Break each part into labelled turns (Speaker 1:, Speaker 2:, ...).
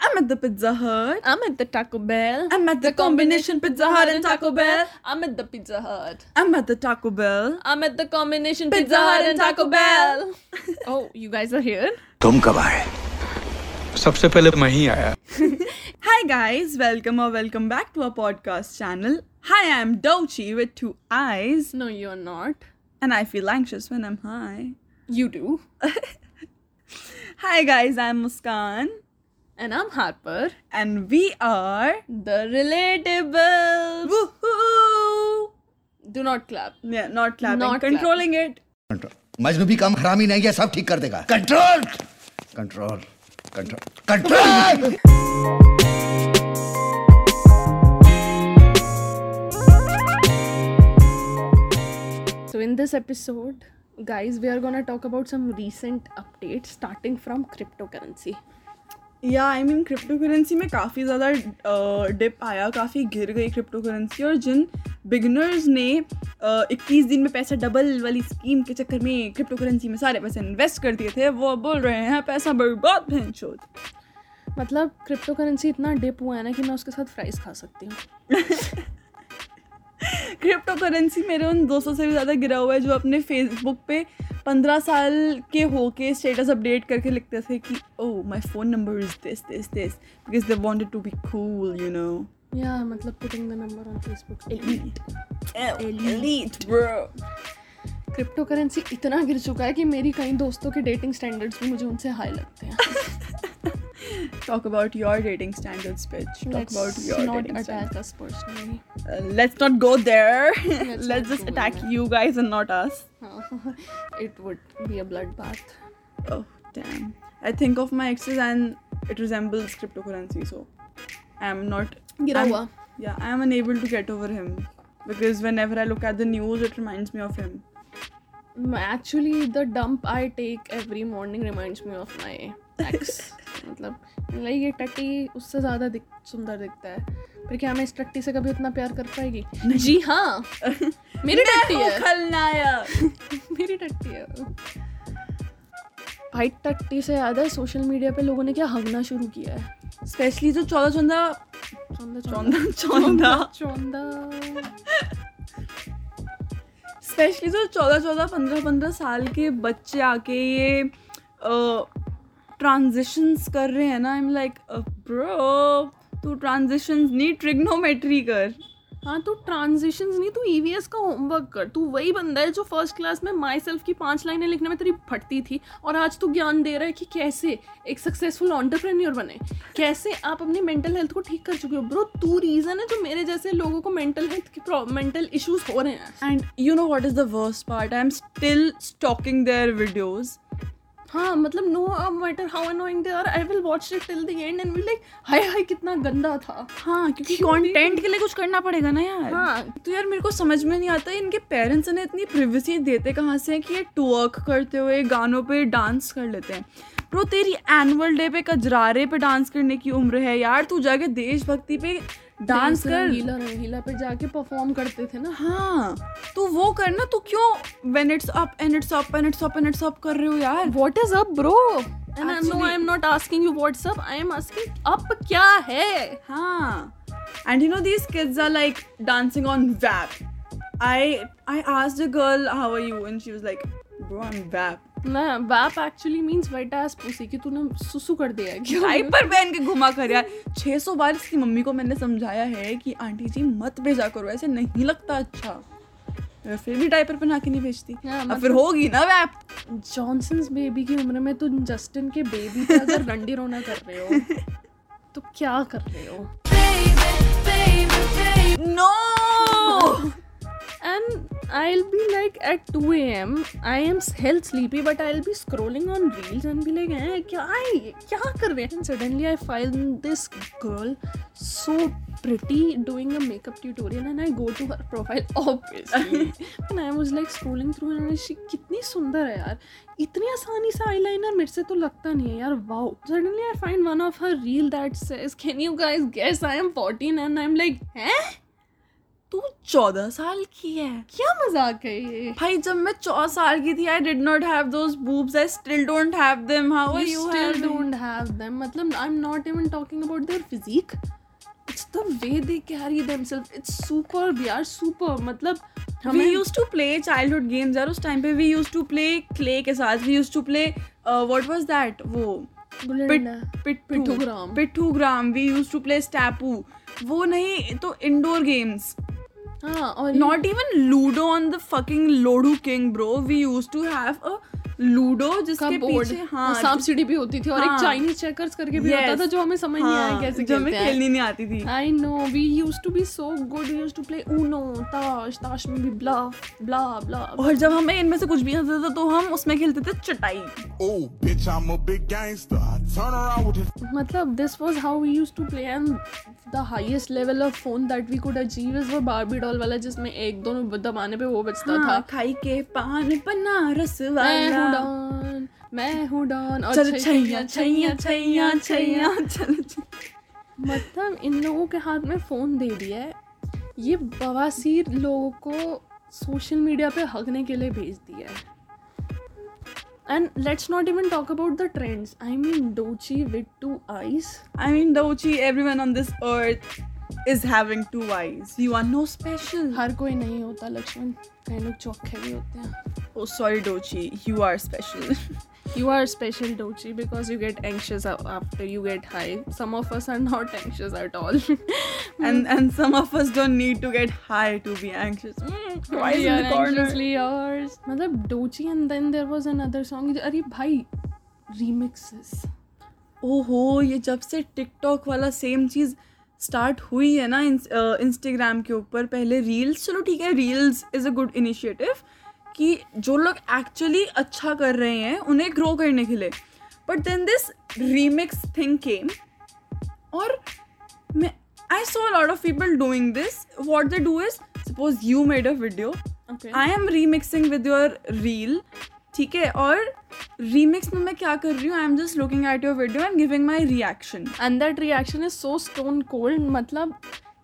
Speaker 1: I'm at the Pizza Hut.
Speaker 2: I'm at the Taco Bell.
Speaker 1: I'm at the, combination Pizza Hut and Taco Bell.
Speaker 2: I'm at the Pizza Hut.
Speaker 1: I'm at the Taco Bell.
Speaker 2: I'm at the combination
Speaker 1: Pizza
Speaker 2: Pizza,
Speaker 1: Hut
Speaker 2: Hut
Speaker 1: and
Speaker 2: and Taco
Speaker 1: Taco
Speaker 2: Bell. oh, you guys are here?
Speaker 3: तुम कब आए सबसे पहले तो मैं ही आया
Speaker 1: Hi guys, welcome or welcome back to our podcast channel. Hi, I'm Dolce with two eyes,
Speaker 2: No, you're not.
Speaker 1: and I feel anxious when I'm high.
Speaker 2: You do.
Speaker 1: Hi guys, I'm Muskan,
Speaker 2: And I'm Harper.
Speaker 1: and we are
Speaker 2: The Relatable.
Speaker 1: woohoo.
Speaker 2: Do not clap.
Speaker 1: Yeah, not clapping,
Speaker 2: Not
Speaker 1: controlling it.
Speaker 4: Majnu भी काम हरामी नहीं है सब ठीक कर देगा control control control control
Speaker 2: So, in this episode, guys, we are gonna talk about some recent updates starting from cryptocurrency.
Speaker 1: या आई मीन क्रिप्टो करेंसी में काफ़ी ज़्यादा डिप आया काफ़ी गिर गई क्रिप्टो करेंसी और जिन बिगनर्स ने इक्कीस दिन में पैसा डबल वाली स्कीम के चक्कर में क्रिप्टो करेंसी में सारे पैसे इन्वेस्ट कर दिए थे वो बोल रहे हैं पैसा बर्बाद भैंचोद
Speaker 2: मतलब क्रिप्टो करेंसी इतना डिप हुआ है ना कि मैं उसके साथ फ्राइज खा सकती हूँ
Speaker 1: क्रिप्टो करेंसी मेरे उन दोस्तों से भी ज़्यादा गिरा हुआ है जो अपने फेसबुक पे पंद्रह साल के होके स्टेटस अपडेट करके लिखते थे कि "Oh, oh my phone number is this this this because they wanted to be cool you know
Speaker 2: Yeah, मतलब putting the number on Facebook.
Speaker 1: elite bro
Speaker 2: cryptocurrency इतना गिर चुका है कि मेरी कई दोस्तों के डेटिंग स्टैंडर्ड्स भी मुझे उनसे हाई लगते हैं
Speaker 1: Talk about your dating standards, bitch. Talk about
Speaker 2: Let's
Speaker 1: your
Speaker 2: not
Speaker 1: dating standards.
Speaker 2: attack us personally.
Speaker 1: Uh, let's not go there. Let's,
Speaker 2: not
Speaker 1: just
Speaker 2: go
Speaker 1: attack
Speaker 2: there.
Speaker 1: you guys and not us.
Speaker 2: हाँ, it would be a bloodbath.
Speaker 1: Oh, damn. I think of my exes and it resembles cryptocurrency, so I'm not.
Speaker 2: गिरा
Speaker 1: I'm-
Speaker 2: हुआ
Speaker 1: Yeah, I'm unable to get over him because whenever I look at the news, it reminds me of him.
Speaker 2: Actually the dump I take every morning reminds me of my x मतलब like ये टट्टी उससे ज़्यादा दिख, सुंदर दिखता है पर क्या मैं इस टट्टी से कभी उतना प्यार कर पाएगी जी हाँ मेरी टट्टी है
Speaker 1: खलनायक
Speaker 2: मेरी टट्टी है भाई टट्टी से याद है सोशल मीडिया पे लोगों ने क्या हगना शुरू किया है
Speaker 1: Especially जो चौदह चौदह
Speaker 2: चौंदा
Speaker 1: चौदह चौदह
Speaker 2: चौंदा
Speaker 1: स्पेशली जो चौदह चौदह पंद्रह पंद्रह तो साल के बच्चे आके ये ट्रांजिशंस कर रहे हैं ना आई एम लाइक ब्रो तू ट्रांजिशंस नहीं ट्रिग्नोमेट्री कर
Speaker 2: हाँ तू ट्रांजिशंस नहीं तू ईवीएस का होमवर्क कर तू वही बंदा है जो फर्स्ट क्लास में माई सेल्फ की पांच लाइनें लिखने में तेरी फटती थी और आज तू ज्ञान दे रहा है कि कैसे एक सक्सेसफुल ऑन्टरप्रेन्योर बने कैसे आप अपनी मेंटल हेल्थ को ठीक कर चुके हो ब्रो तू रीज़न है जो मेरे जैसे लोगों को मेंटल हेल्थ की मेंटल इश्यूज हो रहे हैं
Speaker 1: and you know what is the worst part I am still stalking their videos
Speaker 2: हाँ मतलब no matter how annoying they are I will watch it till the end and like हाय हाय कितना गंदा था
Speaker 1: हाँ क्योंकि कंटेंट के लिए कुछ करना पड़ेगा ना यार
Speaker 2: हाँ
Speaker 1: तो यार मेरे को समझ में नहीं आता इनके पेरेंट्स इन्हें इतनी प्रिवेसी देते कहाँ से हैं कि ये टवर्क करते हुए गानों पे डांस कर लेते हैं प्रो तेरी एनुअल डे पे कजरारे पे डांस करने की उम्र है यार तू जाके देशभक्ति पे डांस कर
Speaker 2: रंगीला रंगीला पे जाके परफॉर्म करते थे ना
Speaker 1: हाँ तू वो करना तू क्यों when it's up and it's up and it's up and it's up कर रहे हो यार
Speaker 2: what is up bro and I know
Speaker 1: Actually-
Speaker 2: I am not asking you what's up I am asking up क्या है
Speaker 1: हाँ and you know these kids are like dancing on VAP. I I asked a girl how are you and she was like, bro I'm VAP.
Speaker 2: ना वैप actually means wet ass pussy कि तूने सुसु कर दिया है क्या
Speaker 1: डाइपर पहन के घुमा कर यार 600 बार इसकी मम्मी को मैंने समझाया है कि आंटी जी मत भेजा करो ऐसे नहीं लगता अच्छा मैं फिर भी डाइपर पहना के नहीं भेजती
Speaker 2: हाँ,
Speaker 1: अब
Speaker 2: मतलब-
Speaker 1: फिर होगी ना वैप
Speaker 2: जॉनसन्स बेबी की उम्र में तुम जस्टिन के बेबी पे अगर रंडी रोना कर रहे हो तो क्या कर रहे हो
Speaker 1: no
Speaker 2: And I'll be like at 2 a.m. I am hell sleepy, but I'll be scrolling on reels and be like, eh, क्या है ये? क्या कर रहे हैं? And suddenly I find this girl so pretty doing a makeup tutorial, and I go to her profile obviously. and I was like scrolling through, and she कितनी सुंदर है यार इतनी आसानी से eyeliner मेरे से तो लगता नहीं है यार wow suddenly I find one of her reel that says can you guys guess I am 14 and I'm like हैं
Speaker 1: तू चौदह साल की है
Speaker 2: क्या मजाक है ये
Speaker 1: भाई जब मैं चौदह साल की थी I did not have those boobs I still don't have them how are
Speaker 2: you
Speaker 1: you
Speaker 2: still
Speaker 1: having?
Speaker 2: don't have them मतलब i'm not even talking about their physique it's the way they carry themselves it's superb यार superb मतलब
Speaker 1: we
Speaker 2: हमें
Speaker 1: used to play childhood games यार उस time पे we used to play clay के साथ we used to play uh, what was that वो
Speaker 2: बुलेंडा
Speaker 1: पिट पिट
Speaker 2: पिट्ठूग्राम।
Speaker 1: पिट्ठूग्राम we used to play स्टैपू वो नहीं तो इंडोर गेम्स
Speaker 2: हाँ और ये-
Speaker 1: not even Ludo on the fucking लोडू king bro we use to have a Ludo
Speaker 2: का
Speaker 1: जिसके
Speaker 2: बोर्ड
Speaker 1: पीछे
Speaker 2: हाँ
Speaker 1: हाँ
Speaker 2: सांप सीढ़ी भी होती थी और
Speaker 1: हाँ।
Speaker 2: एक चाइनीज चेकर्स करके भी
Speaker 1: Yes,
Speaker 2: होता था जो हमें समझ नहीं आया
Speaker 1: हाँ,
Speaker 2: कैसे
Speaker 1: जो हमें
Speaker 2: खेलते हैं
Speaker 1: खेलनी नहीं आती थी
Speaker 2: I know. We used to be so good. We used to play Uno, Tash, Tash में भी blah, blah, blah.
Speaker 1: और जब हमें इनमें से कुछ भी आता था तो हम उसमें खेलते थे चटाई
Speaker 5: Oh, bitch, I'm a big gangster. I turn around with his
Speaker 2: मतलब this was how we used to play and the highest level of phone that we could achieve is वो Barbie doll वाला जिसमें एक दोनों दबाने पे वो बचता
Speaker 1: हाँ,
Speaker 2: था.
Speaker 1: खाई के पान बनारस
Speaker 2: मैं हूँ
Speaker 1: वाला
Speaker 2: डॉन, मैं हूँ डॉन और
Speaker 1: चल छैया छैया छैया छैया चल
Speaker 2: मतलब इन लोगों के हाथ में फ़ोन दे दिया है ये बवासीर लोगों को सोशल मीडिया पे हगने के लिए भेज दिया है and let's not even talk about the trends I mean डोची with two eyes
Speaker 1: I mean डोची everyone on this earth is having two eyes you are no special
Speaker 2: हर कोई नहीं होता लक्ष्मण कई लोग चौखे भी होते हैं
Speaker 1: oh sorry Oh, डोची you are special
Speaker 2: you are special डोची because you get anxious after you get high some of us are not anxious at all
Speaker 1: and and some of us don't need to get high to be anxious. Mm, twice
Speaker 2: We
Speaker 1: in
Speaker 2: are
Speaker 1: the corner.
Speaker 2: anxiously yours. मतलब डोची and then there was another song अरे भाई remixes
Speaker 1: ओहो ये जब से TikTok वाला same चीज start हुई है ना इंस्टाग्राम के ऊपर पहले रील्स चलो ठीक है reels is a good initiative कि जो लोग एक्चुअली अच्छा कर रहे हैं उन्हें ग्रो करने के लिए but then this remix thing came और मैं I saw lot of people doing this what they do is suppose you made a video
Speaker 2: okay
Speaker 1: I am remixing with your reel ठीक है और रीमिक्स में मैं क्या कर रही हूँ I am just looking at your video and giving my reaction
Speaker 2: and that reaction is so stone cold मतलब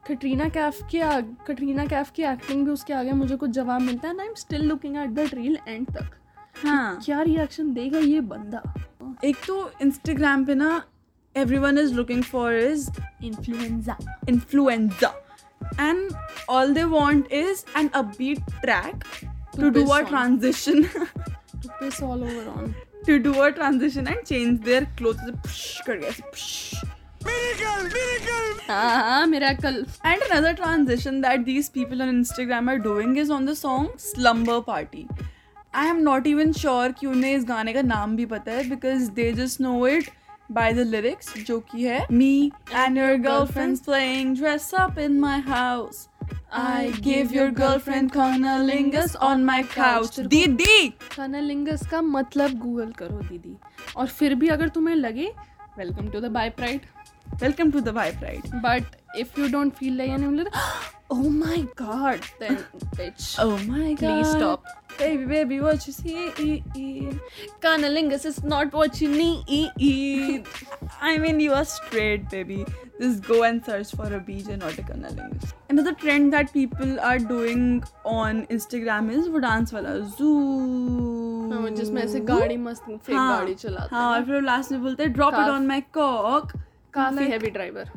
Speaker 2: कटरीना कैफ की कटरीना कैफ की एक्टिंग भी उसके आगे मुझे कुछ जवाब मिलता है and I am still looking at that reel end तक
Speaker 1: हाँ
Speaker 2: क्या रिएक्शन देगा ये बंदा
Speaker 1: एक तो इंस्टाग्राम पे ना everyone is looking for is
Speaker 2: influenza
Speaker 1: influenza and all they want is an upbeat track to
Speaker 2: To
Speaker 1: do
Speaker 2: piss
Speaker 1: a
Speaker 2: on.
Speaker 1: Transition
Speaker 2: to piss all over on
Speaker 1: to do a transition and change their cloth कर गया ऐसे, psh. Ah,
Speaker 5: minigun, minigun.
Speaker 2: हाँ हाँ मेरा कल
Speaker 1: And another transition that these people on Instagram are doing is on the song Slumber Party. I am not even sure कि उन्हें इस गाने का नाम भी पता है because they just know it by the lyrics जो कि है Me and your girlfriend's playing dress up in my house. I give your girlfriend conolingus on my couch. दीदी
Speaker 2: कनालिंगस का मतलब गूगल करो दीदी और फिर भी अगर तुम्हें लगे welcome to the bye pride
Speaker 1: Welcome to the Vibe Ride.
Speaker 2: But if you don't feel like and you're like, oh my god, then bitch.
Speaker 1: Oh my god.
Speaker 2: Please stop.
Speaker 1: Baby, baby, what you see? E,
Speaker 2: Cunnilingus is not what you
Speaker 1: E,
Speaker 2: need.
Speaker 1: eat. I mean, you are straight, baby. Just go and search for a beach and not a cunnilingus. Another trend that people are doing on Instagram is वो dance वाला zoo.
Speaker 2: हाँ, जिसमें ऐसे गाड़ी मस्त fake
Speaker 1: हाँ,
Speaker 2: गाड़ी चलाते
Speaker 1: हाँ
Speaker 2: हैं
Speaker 1: और फिर लास्ट में बोलते हैं ड्रॉप इट
Speaker 2: काफ-
Speaker 1: ऑन माई कॉक
Speaker 2: काफी हैवी ड्राइवर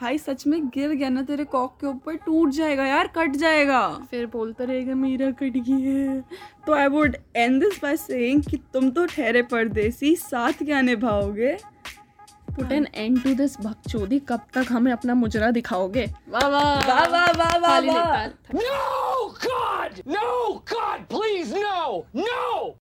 Speaker 1: भाई सच में गिर गया ना तेरे कॉक के ऊपर टूट जाएगा यार कट जाएगा
Speaker 2: फिर बोलता रहेगा मेरा कट गया
Speaker 1: तो I would end this by saying कि तुम तो ठहरे परदेसी साथ क्या निभाओगे
Speaker 2: put an end to this भगचोदी कब तक हमें अपना मुजरा दिखाओगे वाह वाह
Speaker 1: वाह वाह वाह वाह
Speaker 2: ताली
Speaker 1: वाह
Speaker 2: Nepal.
Speaker 6: No, God! No, God, please, no! No!